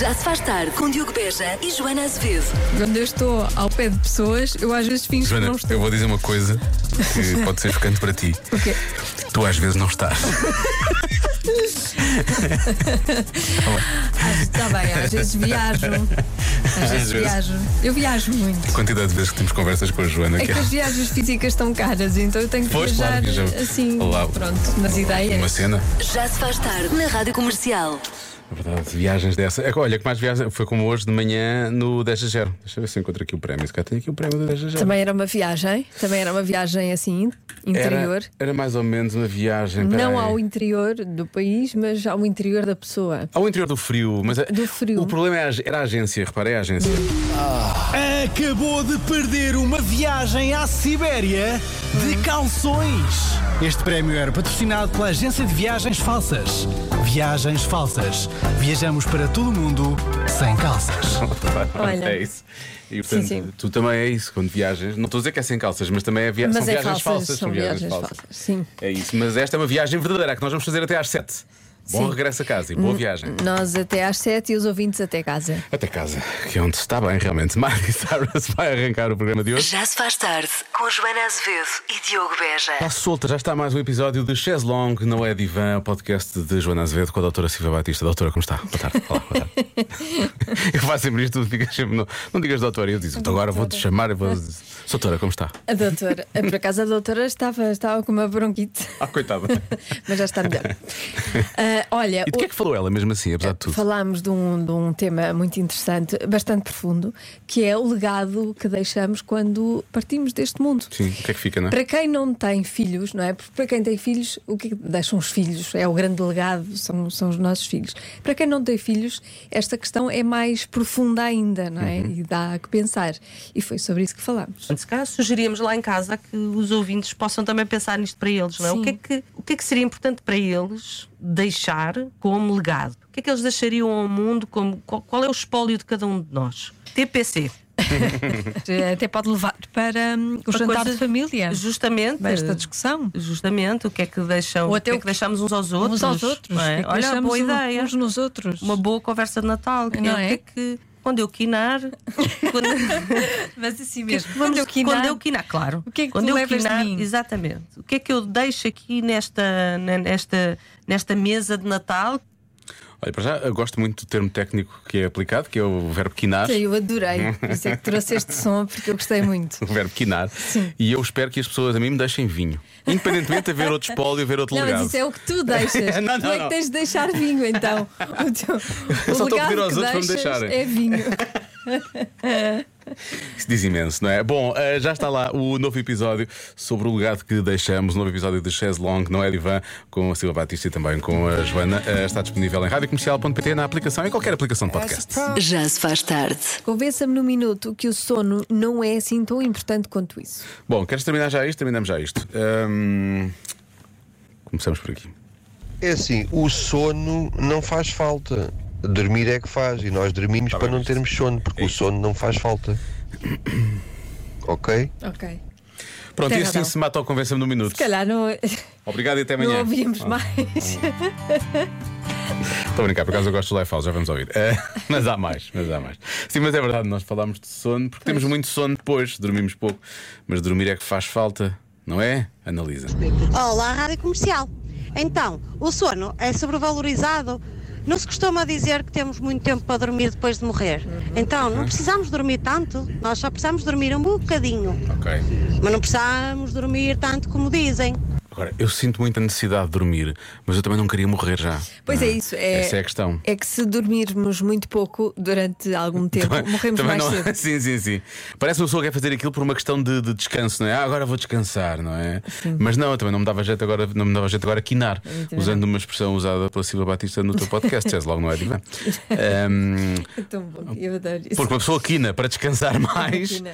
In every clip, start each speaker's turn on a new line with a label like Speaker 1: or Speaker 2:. Speaker 1: Já se faz tarde com Diogo Beja e Joana Azevedo.
Speaker 2: Quando eu estou ao pé de pessoas, eu às vezes finjo que
Speaker 3: Joana,
Speaker 2: não estou.
Speaker 3: eu vou dizer uma coisa que pode ser chocante para ti.
Speaker 2: O quê?
Speaker 3: Tu às vezes não estás.
Speaker 2: Está ah, tá bem, às vezes viajo. Às vezes
Speaker 3: Às vezes.
Speaker 2: viajo. Eu viajo muito.
Speaker 3: A quantidade de vezes que temos conversas com a Joana,
Speaker 2: É
Speaker 3: que
Speaker 2: que as
Speaker 3: é
Speaker 2: viagens físicas estão caras, então eu tenho que
Speaker 3: Pois,
Speaker 2: viajar
Speaker 3: claro, viaja-
Speaker 2: assim.
Speaker 3: Olá.
Speaker 2: Pronto, nas ideias.
Speaker 3: uma cena.
Speaker 1: Já se faz tarde na Rádio Comercial.
Speaker 3: Na verdade, viagens dessa. É que, Olha, que mais viagem foi como hoje de manhã no 10 a 0. Deixa eu ver se eu encontro aqui o prémio. Se calhar tem aqui o prémio do 10 a 0.
Speaker 2: Também era uma viagem, também era uma viagem assim, interior.
Speaker 3: Era, era mais ou menos uma viagem.
Speaker 2: Não
Speaker 3: peraí.
Speaker 2: ao interior do país, mas ao interior da pessoa.
Speaker 3: Ao interior do frio, mas a-
Speaker 2: Do frio.
Speaker 3: o problema era a, era a agência, repara, é a agência.
Speaker 4: Acabou de perder uma viagem à Sibéria de calções. Este prémio era patrocinado pela agência de viagens falsas. Viagens falsas. Viajamos para todo o mundo sem calças.
Speaker 2: Olha.
Speaker 3: É isso. E portanto,
Speaker 2: Sim, sim.
Speaker 3: tu também é isso quando viajas. Não estou a dizer que é sem calças, mas também é via...
Speaker 2: Mas
Speaker 3: são
Speaker 2: é
Speaker 3: viagens
Speaker 2: falsas,
Speaker 3: falsas.
Speaker 2: são viagens falsas, sim.
Speaker 3: É isso. Mas esta é uma viagem verdadeira a que nós vamos fazer até às 7. Bom regresso a casa e
Speaker 2: Hum.
Speaker 3: boa viagem.
Speaker 2: Nós até às sete e os ouvintes até casa.
Speaker 3: Até casa, que é onde está bem realmente. Miley Cyrus vai arrancar o programa de hoje.
Speaker 1: Já se faz tarde com Joana Azevedo e Diogo
Speaker 3: Está
Speaker 1: Beja.
Speaker 3: solta, já está mais um episódio de Chaise Longue, não é divã, podcast de Joana Azevedo com a doutora Silvia Batista. Doutora, como está? Boa tarde. Olá, boa tarde. eu faço sempre isto, tu ficas sempre, não, não digas doutora, eu digo, agora vou-te chamar e vou dizer, doutora, como está?
Speaker 2: A doutora, por acaso a doutora estava, estava com uma bronquite,
Speaker 3: Ah, coitada.
Speaker 2: mas já está melhor. Ah, olha,
Speaker 3: E de que é que falou ela mesmo assim, apesar de tudo?
Speaker 2: falámos de um, de um tema muito interessante, bastante profundo, que é o legado que deixamos quando partimos deste mundo.
Speaker 3: Sim, o que é que fica, não é?
Speaker 2: Para quem não tem filhos, não é? Porque para quem tem filhos, o que é que deixam os filhos? É o grande legado, são, são os nossos filhos. Para quem não tem filhos, esta questão é mais profunda ainda, não
Speaker 3: Uhum.
Speaker 2: é? E dá a que pensar. E foi sobre isso que falámos.
Speaker 5: Se calhar sugeríamos lá em casa que os ouvintes possam também pensar nisto para eles, não é?
Speaker 2: Sim.
Speaker 5: O que é que, o que é que seria importante para eles deixar como legado? O que é que eles deixariam ao mundo? Como, qual, qual é o espólio de cada um de nós? TPC.
Speaker 6: até pode levar para hum, o
Speaker 5: Para
Speaker 6: jantar
Speaker 5: coisas-
Speaker 6: de família.
Speaker 5: Justamente.
Speaker 6: Esta discussão.
Speaker 5: Justamente, o que é que deixam,
Speaker 6: Ou
Speaker 5: o
Speaker 6: até
Speaker 5: que é
Speaker 6: o
Speaker 5: que deixamos uns aos outros?
Speaker 6: Uns aos outros.
Speaker 5: não
Speaker 6: O
Speaker 5: é?
Speaker 6: que é que
Speaker 5: Olha,
Speaker 6: deixamos
Speaker 5: boa
Speaker 6: um-
Speaker 5: ideia.
Speaker 6: Uns nos outros.
Speaker 5: Uma boa conversa de Natal, que é,
Speaker 6: Não
Speaker 5: o que
Speaker 6: é?
Speaker 5: é que quando eu quinar, quando-
Speaker 6: Mas assim
Speaker 5: que é
Speaker 6: mesmo.
Speaker 5: que vamos-
Speaker 6: quando eu quinar,
Speaker 5: quando eu quinar, claro.
Speaker 6: O que é que
Speaker 5: quando
Speaker 6: tu
Speaker 5: eu
Speaker 6: levas de
Speaker 5: quinar,
Speaker 6: mim?
Speaker 5: Exatamente. O que é que eu deixo aqui nesta, ne- nesta, nesta mesa de Natal?
Speaker 3: Olha, para já, eu gosto muito do termo técnico que é aplicado, que é o verbo quinar.
Speaker 2: Eu adorei, por isso é que trouxe este som, porque eu gostei muito.
Speaker 3: O um verbo quinar. E eu espero que as pessoas a mim me deixem vinho. Independentemente de haver outro espólio, haver outro
Speaker 2: Não,
Speaker 3: legado.
Speaker 2: mas isso é o que tu deixas.
Speaker 3: Não, não,
Speaker 2: tu é que
Speaker 3: não.
Speaker 2: tens de deixar vinho, então. O teu,
Speaker 3: Eu só
Speaker 2: o
Speaker 3: estou a
Speaker 2: legado
Speaker 3: pedir aos
Speaker 2: que
Speaker 3: outros para me
Speaker 2: deixas
Speaker 3: deixarem.
Speaker 2: É vinho.
Speaker 3: Isso diz imenso, não é? Bom, eh, já está lá o novo episódio sobre o legado que deixamos, o novo episódio de Chaise Long, não é Divan, com a Silva Batista e também com a Joana. Eh, Está disponível em radiocomercial.pt, na aplicação, em qualquer aplicação de podcast.
Speaker 1: Já se faz tarde.
Speaker 2: Convença-me num minuto que o sono não é assim tão importante quanto isso.
Speaker 3: Bom, queres terminar já isto? Terminamos já isto. Ahm, Começamos por aqui.
Speaker 7: É assim, o sono não faz falta. Dormir é que faz e nós dormimos para não termos sono, porque o sono não faz falta. Ok?
Speaker 2: Ok.
Speaker 3: Pronto,
Speaker 2: Tem
Speaker 3: e assim
Speaker 2: razão.
Speaker 3: se mata ao Convença-me no Minuto.
Speaker 2: Se calhar não,
Speaker 3: Obrigado e até amanhã. Ah.
Speaker 2: não ouvimos mais.
Speaker 3: Estou a brincar, por acaso eu gosto do Lifehouse, já vamos ouvir. Eh, mas há mais, mas há mais. Sim, mas é verdade, nós falámos de sono, porque temos muito sono depois, dormimos pouco. Mas dormir é que faz falta, não é? Analisa.
Speaker 8: Olá, Rádio Comercial. Então, o sono é sobrevalorizado. Não se costuma dizer que temos muito tempo para dormir depois de morrer. Então, não precisamos dormir tanto. Nós só precisamos dormir um bocadinho.
Speaker 3: Ok.
Speaker 8: Mas não precisamos dormir tanto como dizem.
Speaker 3: Agora, eu sinto muita necessidade de dormir, mas eu também não queria morrer já.
Speaker 2: Pois é
Speaker 3: Ah,
Speaker 2: isso. É,
Speaker 3: Essa é a questão.
Speaker 2: É que se dormirmos muito pouco durante algum tempo, morremos
Speaker 3: Também
Speaker 2: mais
Speaker 3: não- é.
Speaker 2: cedo.
Speaker 3: Sim, sim, sim. Parece que uma pessoa quer fazer aquilo por uma questão de, de descanso, não é? Ah, agora vou descansar, não é? Mas não, eu também não me dava jeito agora, não me dava jeito agora quinar, usando uma expressão usada pela Silva Batista no teu podcast, Jazz logo não é divã. Ahm,
Speaker 2: É tão bom. Eu adoro isso.
Speaker 3: Porque uma pessoa quina para descansar mais.
Speaker 2: Quina.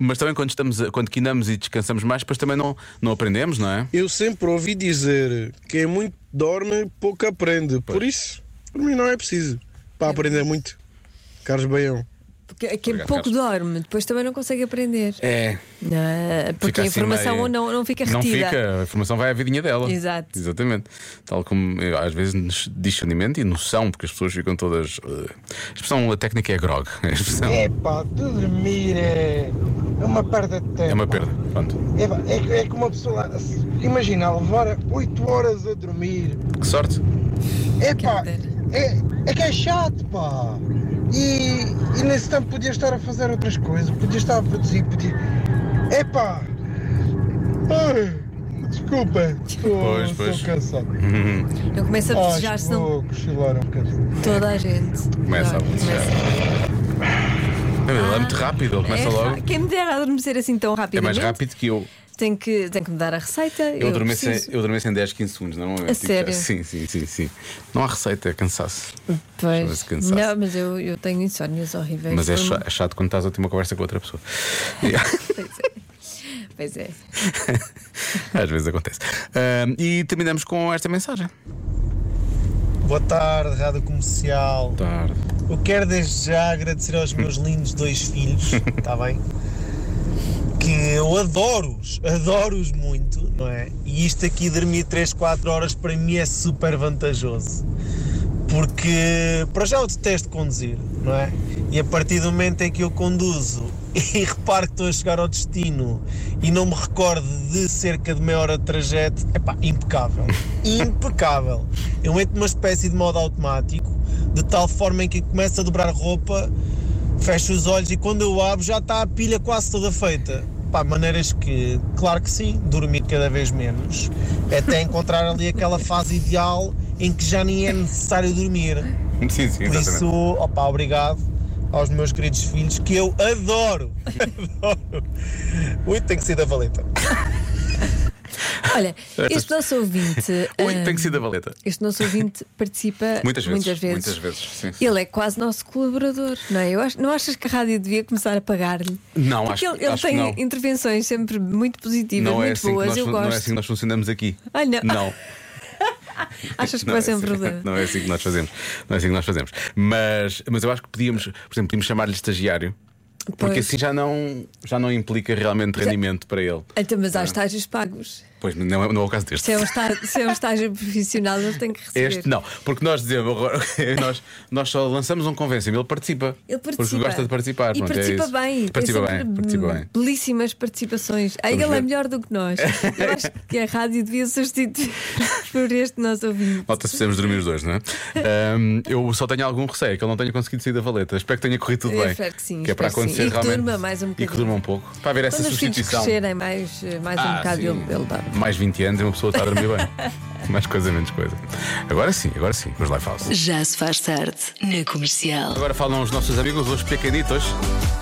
Speaker 3: Mas também quando, estamos, a- quando quinamos e descansamos mais, depois também não, não aprendemos, não é?
Speaker 9: Eu sempre ouvi dizer quem muito dorme, pouco aprende. Por isso, por mim não é preciso. Para aprender muito. Carlos Baião.
Speaker 2: Porque quem
Speaker 3: Obrigado,
Speaker 2: pouco
Speaker 3: Carlos.
Speaker 2: dorme, depois também não consegue aprender.
Speaker 3: É.
Speaker 2: Não, porque
Speaker 3: Fica
Speaker 2: a
Speaker 3: assim
Speaker 2: informação
Speaker 3: meio-
Speaker 2: ou não, não fica
Speaker 3: Não
Speaker 2: retida.
Speaker 3: fica, a informação vai à vidinha dela.
Speaker 2: Exato.
Speaker 3: Exatamente. Tal como eh, às vezes nos- discernimento e noção, porque as pessoas ficam todas. eh, a expressão, a técnica é grog. A expressão
Speaker 10: É pá, de dormir é é uma perda de tempo.
Speaker 3: é uma perda. Pronto.
Speaker 10: É, pá, é, que- é que uma pessoa, se- imagina, levar 8 horas a dormir.
Speaker 3: Que sorte.
Speaker 10: É pá, é, é que é chato, pá. E, e nesse tempo podias estar a fazer outras coisas, podias estar a produzir, podia. É pá. Ai, desculpa, estou
Speaker 3: Pois, pois.
Speaker 10: estou cansado.
Speaker 2: Não começa a desejar,
Speaker 10: Acho que
Speaker 2: senão
Speaker 10: vou cochilar um bocadinho.
Speaker 2: toda a gente.
Speaker 3: Começa a
Speaker 2: dorme.
Speaker 3: acontecer. Meu Deus, é muito rápido, ele começa
Speaker 2: É
Speaker 3: logo.
Speaker 2: ra- Quem me dera adormecer assim tão
Speaker 3: É
Speaker 2: rapidamente,
Speaker 3: mais rápido que eu.
Speaker 2: Tem, que, tem que mudar a receita.
Speaker 3: Eu, adormeço em,
Speaker 2: preciso.
Speaker 3: eu adormeço em 10, 15 segundos, normalmente.
Speaker 2: A
Speaker 3: Tipo,
Speaker 2: sério?
Speaker 3: Sim, sim, sim, sim. Não há receita, é cansaço.
Speaker 2: Pois.
Speaker 3: Chama-se cansaço.
Speaker 2: Não, mas eu, eu tenho insónias horríveis.
Speaker 3: Mas é
Speaker 2: Foi-
Speaker 3: cha- é chato quando estás a ter uma conversa com outra pessoa.
Speaker 2: Pois é. Pois é.
Speaker 3: Às vezes acontece. Ahm, e terminamos com esta mensagem.
Speaker 10: Boa tarde, Rádio Comercial.
Speaker 3: Tarde.
Speaker 10: Eu quero desde já agradecer aos meus lindos dois filhos, está bem? Que eu adoro-os, adoro-os muito, não é? E isto aqui dormir 3, 4 horas para mim é super vantajoso. Porque para já eu detesto conduzir, não é? E a partir do momento em que eu conduzo e reparo que estou a chegar ao destino e não me recordo de cerca de meia hora de trajeto, é pá, impecável. impecável. Eu entro numa espécie de modo automático, de tal forma em que começo a dobrar roupa, fecho os olhos e quando eu abro já está a pilha quase toda feita. Pá, maneiras que, claro que sim, dormir cada vez menos, até encontrar ali aquela fase ideal em que já nem é necessário dormir.
Speaker 3: Sim, sim,
Speaker 10: Por
Speaker 3: exatamente.
Speaker 10: isso, opa, obrigado aos meus queridos filhos que eu adoro. adoro. Ui, tem que ser da valeta.
Speaker 2: Olha, este nosso ouvinte.
Speaker 3: Oi, tem que
Speaker 2: ah,
Speaker 3: ser da valeta.
Speaker 2: Este nosso ouvinte participa
Speaker 3: Muitas vezes.
Speaker 2: Muitas vezes.
Speaker 3: Muitas vezes, sim, sim.
Speaker 2: Ele é quase nosso colaborador, não é? Eu acho- não achas que a rádio devia começar a pagar-lhe?
Speaker 3: Não,
Speaker 2: Porque
Speaker 3: acho-
Speaker 2: ele, ele
Speaker 3: acho que
Speaker 2: tem
Speaker 3: não.
Speaker 2: intervenções sempre muito positivas,
Speaker 3: Não é,
Speaker 2: muito
Speaker 3: assim que
Speaker 2: boas,
Speaker 3: nós,
Speaker 2: eu
Speaker 3: fun-
Speaker 2: gosto.
Speaker 3: não é assim que nós funcionamos aqui.
Speaker 2: Ai, não.
Speaker 3: Não.
Speaker 2: Achas que
Speaker 3: Não
Speaker 2: vai
Speaker 3: é
Speaker 2: ser um
Speaker 3: assim-
Speaker 2: problema?
Speaker 3: Não é assim que nós fazemos. Não é assim que nós fazemos. Mas, mas eu acho que podíamos, por exemplo, podíamos chamar-lhe estagiário. Porque
Speaker 2: Pois.
Speaker 3: assim já não, já não implica realmente rendimento para ele.
Speaker 2: Então, mas há estágios pagos.
Speaker 3: Pois não é, não é o caso deste.
Speaker 2: Se é um estágio, se é um estágio profissional, ele tem que receber.
Speaker 3: Este não, porque nós dizemos agora nós, nós só lançamos um convenção ele participa.
Speaker 2: Ele participa.
Speaker 3: Porque gosta de participar.
Speaker 2: E
Speaker 3: pronto, é
Speaker 2: participa
Speaker 3: isso.
Speaker 2: bem. tem
Speaker 3: Participa
Speaker 2: sempre,
Speaker 3: bem, participa
Speaker 2: hum,
Speaker 3: bem.
Speaker 2: Belíssimas participações. Aí
Speaker 3: Vamos
Speaker 2: ele é
Speaker 3: ver.
Speaker 2: melhor do que nós. Eu acho que a rádio devia substituir por este nosso ouvinte.
Speaker 3: Nota-se precisamos dormir os dois, não é? Ahm, eu só tenho algum receio, que ele não tenha conseguido sair da valeta. Espero que tenha corrido tudo
Speaker 2: Eu
Speaker 3: bem.
Speaker 2: espero que sim,
Speaker 3: é para
Speaker 2: espero que
Speaker 3: acontecer
Speaker 2: sim. E que
Speaker 3: realmente.
Speaker 2: durma mais um
Speaker 3: E que
Speaker 2: bocadinho.
Speaker 3: durma um pouco. Para haver essa
Speaker 2: Quando os filhos
Speaker 3: substituição.
Speaker 2: crescerem mais, mais um
Speaker 3: Ah,
Speaker 2: bocado,
Speaker 3: sim.
Speaker 2: ele, ele dá.
Speaker 3: Mais 20 anos e uma pessoa está a dormir bem. Mais coisa, menos coisa. Agora sim, agora sim, os live house.
Speaker 1: Já se faz tarde na comercial.
Speaker 3: Agora falam os nossos amigos, os pequenitos,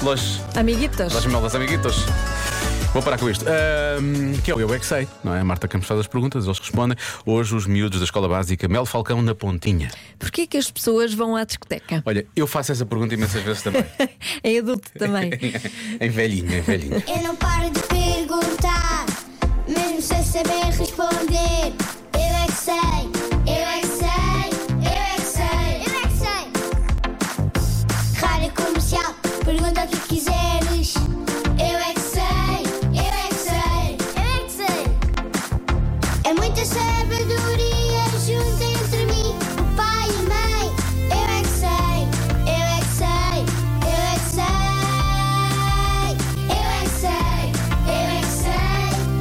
Speaker 3: los,
Speaker 2: Amiguitos,
Speaker 3: los meus amiguitos. Vou parar com isto. Ahm, que é o Eu É Que Sei, não é? A Marta Campos faz as perguntas, eles respondem. Hoje, os miúdos da escola básica Mel Falcão na Pontinha.
Speaker 2: porquê que as pessoas vão à discoteca?
Speaker 3: Olha, eu faço essa pergunta imensas vezes também.
Speaker 2: É adulto também.
Speaker 3: em velhinho, em velhinho.
Speaker 11: Eu não paro de perguntar, mesmo sem saber responder. Eu é que sei, eu é que sei, eu é que sei, eu é que sei. Rádio comercial, pergunta o que quiseres. Eu é que sei, eu é que sei, eu é que sei. É muita sabedoria junta entre mim, o pai e a mãe. Eu é que sei, eu é que sei, eu é que sei. Eu é que sei, eu é que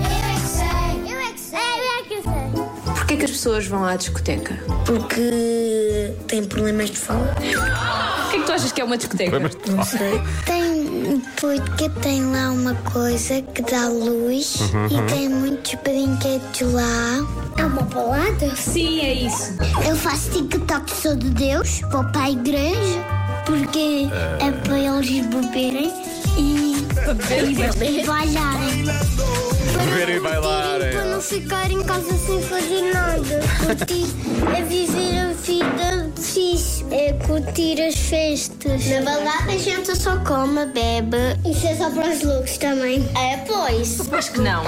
Speaker 11: sei, eu é que sei, eu é que sei, eu é que sei.
Speaker 12: Porquê que as pessoas vão à discoteca?
Speaker 11: Porque tem problemas de fala?
Speaker 12: O que é que tu achas que é uma discoteca?
Speaker 11: Tem, porque tem lá uma coisa é que dá luz e tem muitos brinquedos lá. É uma balada?
Speaker 12: Sim, é isso.
Speaker 11: Eu faço TikTok sou de Deus, vou para a igreja, porque é para eles beberem e, e, e bailarem.
Speaker 3: Beber e bailar, é.
Speaker 11: Para não ficar em casa sem fazer nada. Curtir é viver a vida fixe é curtir as festas. Na balada a gente só come, bebe. Isso é só para os loucos também. É, pois.
Speaker 12: Acho que não.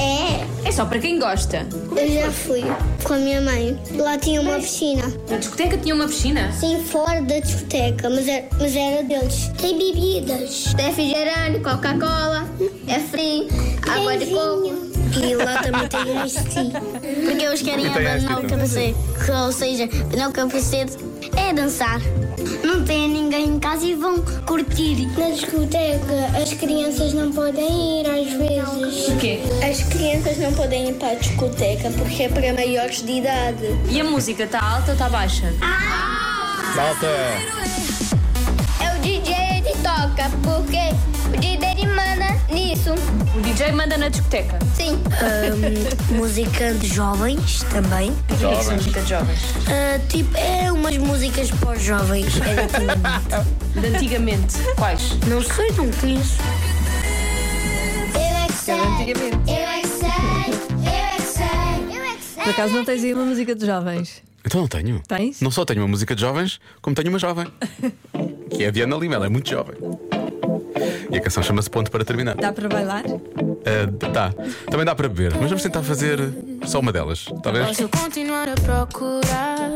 Speaker 11: É.
Speaker 12: É só para quem gosta.
Speaker 11: Eu já fui com a minha mãe. Lá tinha uma piscina.
Speaker 12: Na discoteca tinha uma piscina?
Speaker 11: Sim, fora da discoteca, mas era, mas era deles. Tem bebidas. Refrigerante, Coca-Cola, é frio, água de coco. E lá também tem um iced Porque eles querem
Speaker 3: E tem
Speaker 11: abandonar
Speaker 3: iced
Speaker 11: o
Speaker 3: tea
Speaker 11: capacete. Ou seja, não o capacete é dançar. Não tem ninguém em casa e vão curtir. Na discoteca, as crianças não podem ir às vezes.
Speaker 12: Por quê?
Speaker 11: As crianças não podem ir para a discoteca porque é para maiores de idade.
Speaker 12: E a música está alta ou está baixa?
Speaker 3: Malta!
Speaker 11: É o DJ que toca, porque o DJ manda nisso.
Speaker 12: O DJ manda na discoteca.
Speaker 11: Sim. música de jovens também.
Speaker 12: O que é isso,
Speaker 3: Jovens.
Speaker 12: música de jovens?
Speaker 11: Ah, tipo, é umas músicas para os jovens. Era antigamente.
Speaker 12: De antigamente. Quais?
Speaker 11: Não sei, não conheço. Eu é que sei. Eu é que sei. Eu é que sei. Eu é que sei.
Speaker 2: Por acaso não tens aí uma música de jovens?
Speaker 3: Então não tenho.
Speaker 2: Tens?
Speaker 3: Não só tenho uma música de jovens, como tenho uma jovem. que é a Diana Lima, ela é muito jovem. E a canção chama-se Ponto para Terminar.
Speaker 2: Dá para bailar?
Speaker 3: Ah, tá. Também dá para beber, mas vamos tentar fazer só uma delas, talvez?
Speaker 1: Posso continuar a procurar.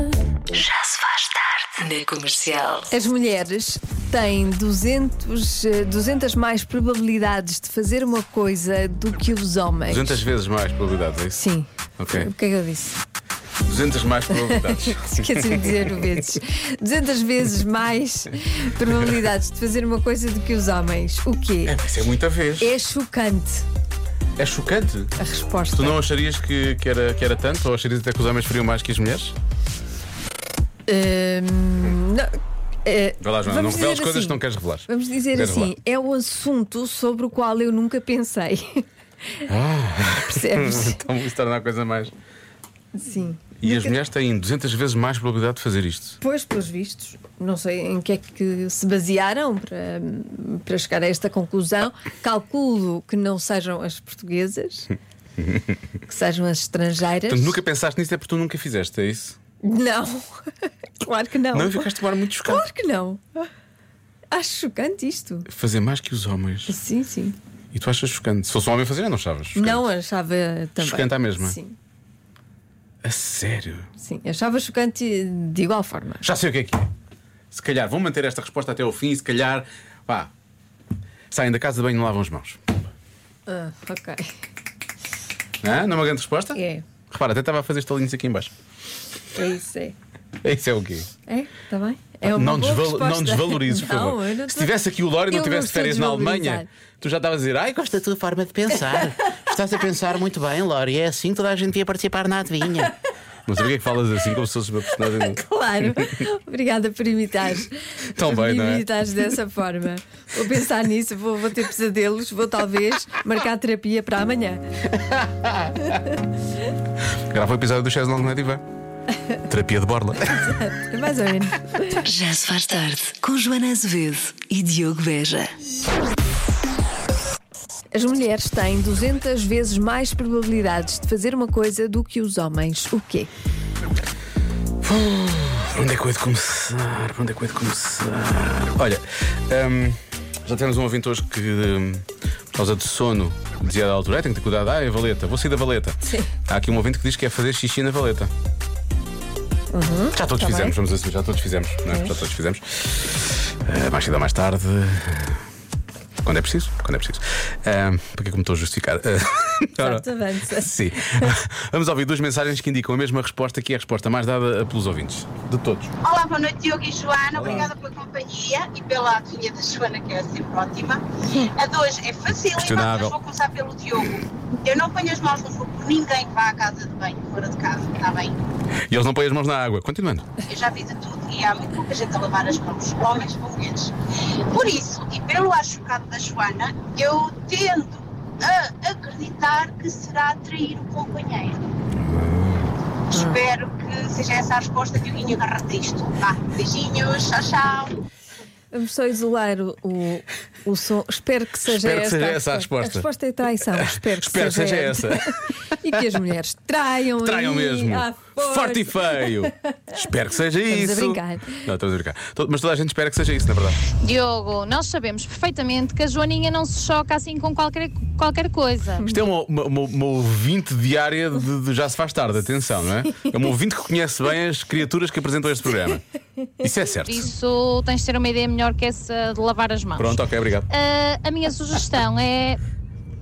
Speaker 1: Já se faz tarde na comercial.
Speaker 2: As mulheres têm 200, eh, 200 mais probabilidades de fazer uma coisa do que os homens.
Speaker 3: 200 vezes mais probabilidades, é isso?
Speaker 2: Sim.
Speaker 3: Ok.
Speaker 2: O que é que eu disse?
Speaker 3: 200 mais probabilidades.
Speaker 2: Esqueci de dizer vezes. 200 vezes mais probabilidades de fazer uma coisa do que os homens. O quê?
Speaker 3: É, isso é muita vez.
Speaker 2: É chocante
Speaker 3: É chocante.
Speaker 2: a resposta.
Speaker 3: Tu não acharias que, que, era, que era tanto? Ou acharias até que os homens fariam mais que as mulheres?
Speaker 2: Hum, não, eh,
Speaker 3: Vai lá, Joana, não
Speaker 2: vamos
Speaker 3: revelas
Speaker 2: dizer
Speaker 3: coisas
Speaker 2: assim,
Speaker 3: que não queres revelar.
Speaker 2: Vamos dizer
Speaker 3: Queres
Speaker 2: assim, é um assunto sobre o qual eu nunca pensei. Percebes?
Speaker 3: Então isso torna a coisa mais.
Speaker 2: Sim.
Speaker 3: E as mulheres têm 200 vezes mais probabilidade de fazer isto.
Speaker 2: Pois, pelos vistos, não sei em que é que se basearam para, para chegar a esta conclusão. Calculo que não sejam as portuguesas, que sejam as estrangeiras.
Speaker 3: Portanto, nunca pensaste nisso é porque tu nunca fizeste, é isso?
Speaker 2: Não, claro que não.
Speaker 3: Não, ficaste agora muito chocado.
Speaker 2: Claro que não. Acho chocante isto.
Speaker 3: Fazer mais que os homens.
Speaker 2: Sim, sim.
Speaker 3: E tu achas chocante? Se fosse um homem a fazer, não achavas? chocante?
Speaker 2: Não achava também.
Speaker 3: Chocante à mesma?
Speaker 2: Sim,
Speaker 3: A sério?
Speaker 2: sim. Achava chocante de igual forma.
Speaker 3: Já sei o que é que é. Se calhar vão manter esta resposta até ao fim, e se calhar. Vá. Saem da casa de banho e não lavam as mãos.
Speaker 2: Ah, ok.
Speaker 3: Não, não é uma grande resposta?
Speaker 2: É,
Speaker 3: Repara, até estava a fazer estalinhos aqui em baixo.
Speaker 2: é isso, é.
Speaker 3: Isso é o quê?
Speaker 2: É, está bem? É uma
Speaker 3: não,
Speaker 2: boa
Speaker 3: desval-
Speaker 2: resposta.
Speaker 3: não desvalorizes, por favor.
Speaker 2: Não, eu não
Speaker 3: Se
Speaker 2: tô-
Speaker 3: tivesse aqui o Lório e não
Speaker 2: Eu
Speaker 3: tivesse
Speaker 2: estou a
Speaker 3: férias na
Speaker 2: desvalorizar.
Speaker 3: Alemanha, tu já estavas a dizer, ai, gosto da tua forma de pensar. Estás a pensar muito bem, Lório. É assim que toda a gente ia participar na adivinha. Não sei porque é que falas assim, como se fosse uma personagem.
Speaker 2: Claro, obrigada por imitar.
Speaker 3: Tão
Speaker 2: por
Speaker 3: bem, não é?
Speaker 2: imitares dessa forma. Vou pensar nisso, vou, vou ter pesadelos, vou talvez marcar terapia para amanhã.
Speaker 3: Grava o episódio do Chaz Long na Divã. Terapia de Borla.
Speaker 2: É mais ou menos.
Speaker 1: Já se faz tarde com Joana Azevedo e Diogo Veja.
Speaker 2: As mulheres têm 200 vezes mais probabilidades de fazer uma coisa do que os homens. O quê?
Speaker 3: Onde é que eu hei de começar? Onde é que eu hei de começar? Olha, hum, já temos um ouvinte hoje que, hum, por causa de sono, dizia da altura: "Ai, tenho que ter cuidado, ah, é a valeta, vou sair da valeta. Há aqui um ouvinte que diz que é fazer xixi na valeta. já todos fizemos, vamos assim, já todos fizemos, não é? Já todos fizemos. Ah, mais cedo ou mais tarde. eh, Quando é preciso? Quando é preciso. Ah, porque é que me estou a justificar? Ah, ora-
Speaker 2: Certo, avança.
Speaker 3: Sim. Vamos ouvir duas mensagens que indicam a mesma resposta, que é a resposta mais dada pelos ouvintes. De todos.
Speaker 13: Olá, boa noite, Diogo e Joana. Obrigada pela companhia e pela adivinha da Joana, que é sempre ótima. A dois é facílima,
Speaker 3: Questionável.
Speaker 13: mas vou começar pelo Diogo. Eu não ponho as mãos no fogo por ninguém que vá à casa de banho, fora de casa, está bem?
Speaker 3: E eles não põem as mãos na água. Continuando.
Speaker 13: Eu já vi de tudo e há muito pouca gente a lavar as mãos, homens ou mulheres. Por isso, e pelo ar chocado da Joana, eu tendo a acreditar que será trair o companheiro. Espero que seja essa a resposta, Dioguinho, agarra-te isto. Vá, beijinhos, tchau, tchau.
Speaker 2: Vamos só isolar o, o, o som. Espero que seja
Speaker 3: Espero que
Speaker 2: esta.
Speaker 3: seja essa a
Speaker 2: resposta.
Speaker 3: resposta.
Speaker 2: resposta é traição. Espero que
Speaker 3: Espero que seja
Speaker 2: seja
Speaker 3: essa.
Speaker 2: E que as mulheres traiam. aí
Speaker 3: Traiam mesmo.
Speaker 2: à força.
Speaker 3: Forte e feio. espero que seja
Speaker 2: Estamos a
Speaker 3: isso.
Speaker 2: brincar.
Speaker 3: Não, estamos a brincar. To- Mas toda a gente espera que seja isso, na verdade.
Speaker 14: Diogo, nós sabemos perfeitamente que a Joaninha não se choca assim com qualquer, qualquer coisa.
Speaker 3: Isto é uma, uma, uma, uma ouvinte diária de, de Já Se Faz Tarde, atenção, não é? É uma ouvinte que conhece bem as criaturas que apresentam este programa. Isso é certo.
Speaker 14: Por isso tens de ter uma ideia melhor que essa de lavar as mãos.
Speaker 3: Pronto, ok, obrigado.
Speaker 14: Ah, a minha sugestão é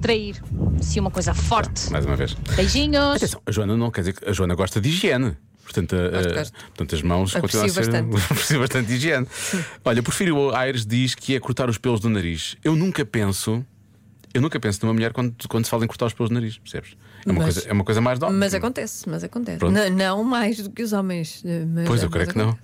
Speaker 14: trair. Se uma coisa forte.
Speaker 3: Mais uma vez.
Speaker 14: Beijinhos.
Speaker 3: Atenção, a Joana não quer dizer que a Joana gosta de higiene. Portanto, a- a- portanto, as mãos
Speaker 14: Aprecio
Speaker 3: continuam a ser.
Speaker 14: bastante.
Speaker 3: Aprecio bastante de higiene. Olha, Porfírio Aires diz que é cortar os pelos do nariz. Eu nunca penso. Eu nunca penso numa mulher quando, quando se fala em cortar os pelos do nariz, percebes? É uma,
Speaker 2: Mas-
Speaker 3: coisa, é uma coisa mais nova.
Speaker 2: Mas acontece, mas acontece.
Speaker 3: Pronto.
Speaker 2: N- Não, mais do que os homens. eh, mas-
Speaker 3: Pois, eu
Speaker 2: mas
Speaker 3: creio que não.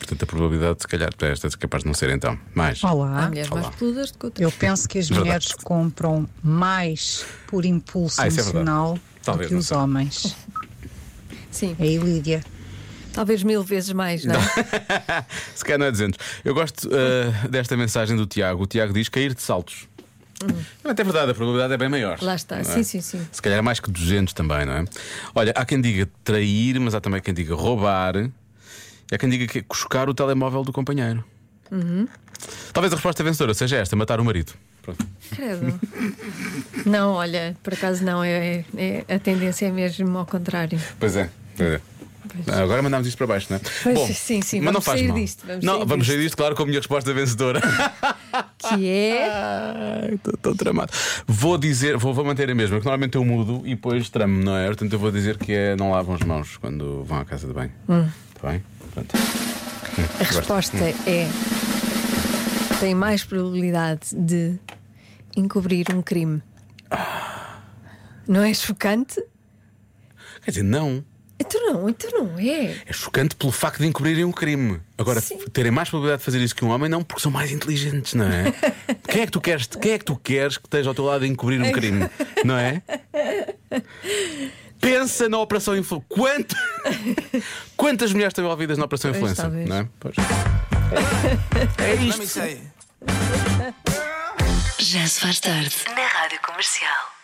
Speaker 3: Portanto, a probabilidade, se calhar, para esta é capaz de não ser então. Mais.
Speaker 2: Ah,
Speaker 15: Olá.
Speaker 3: Olá.
Speaker 2: peludas do que
Speaker 15: Eu penso que as
Speaker 3: Verdade.
Speaker 15: mulheres compram mais por impulso
Speaker 3: Ah, isso é verdade.
Speaker 15: emocional do
Speaker 3: Talvez,
Speaker 15: que
Speaker 3: não
Speaker 15: os
Speaker 3: sei.
Speaker 15: homens.
Speaker 2: Sim.
Speaker 15: Aí, Lídia.
Speaker 2: Talvez mil vezes mais, não é?
Speaker 3: Se calhar não é 200. Eu gosto eh, desta mensagem do Tiago. O Tiago diz cair de saltos. É até verdade, a probabilidade é bem maior.
Speaker 2: Uhum. Lá está,
Speaker 3: não é?
Speaker 2: sim, sim, sim.
Speaker 3: Se calhar mais que 200 também, não é? Olha, há quem diga trair, mas há também quem diga roubar. E há quem diga que é cuscar o telemóvel do companheiro.
Speaker 2: Uhum.
Speaker 3: Talvez a resposta vencedora seja esta: matar o marido. Pronto.
Speaker 2: Credo. não, olha, por acaso não, é, é- a tendência é mesmo ao contrário.
Speaker 3: Pois é. pois é. Agora mandámos isto para baixo, não é?
Speaker 2: Pois, sim, sim,
Speaker 3: mas
Speaker 2: vamos
Speaker 3: não faz
Speaker 2: sair
Speaker 3: mal.
Speaker 2: disto, vamos
Speaker 3: não,
Speaker 2: sair
Speaker 3: vamos sair disto, claro, com a minha resposta vencedora.
Speaker 2: Que é.
Speaker 3: Estou tramado. Vou dizer, vou, vou manter a mesma, porque normalmente eu mudo e depois tramo, não é? Portanto, eu vou dizer que é não lavam as mãos quando vão à casa de banho.
Speaker 2: Hum.
Speaker 3: Está bem? Pronto.
Speaker 2: A resposta é. Tem mais probabilidade de encobrir um crime. Não é chocante?
Speaker 3: Quer dizer, não.
Speaker 2: Então não, então não é.
Speaker 3: É chocante pelo facto de encobrirem um crime. Agora,
Speaker 2: Sim.
Speaker 3: terem mais probabilidade de fazer isso que um homem, não, porque são mais inteligentes, não é? quem, é que tu queres, quem é que tu queres que esteja ao teu lado a encobrir um crime? Não é? Pensa na Operação Influência. Quanto... Quantas mulheres estão envolvidas na Operação
Speaker 16: Pois,
Speaker 3: Influência?
Speaker 16: talvez.
Speaker 3: Não é? Pois.
Speaker 16: É
Speaker 3: isto.
Speaker 1: Já se faz tarde na Rádio Comercial.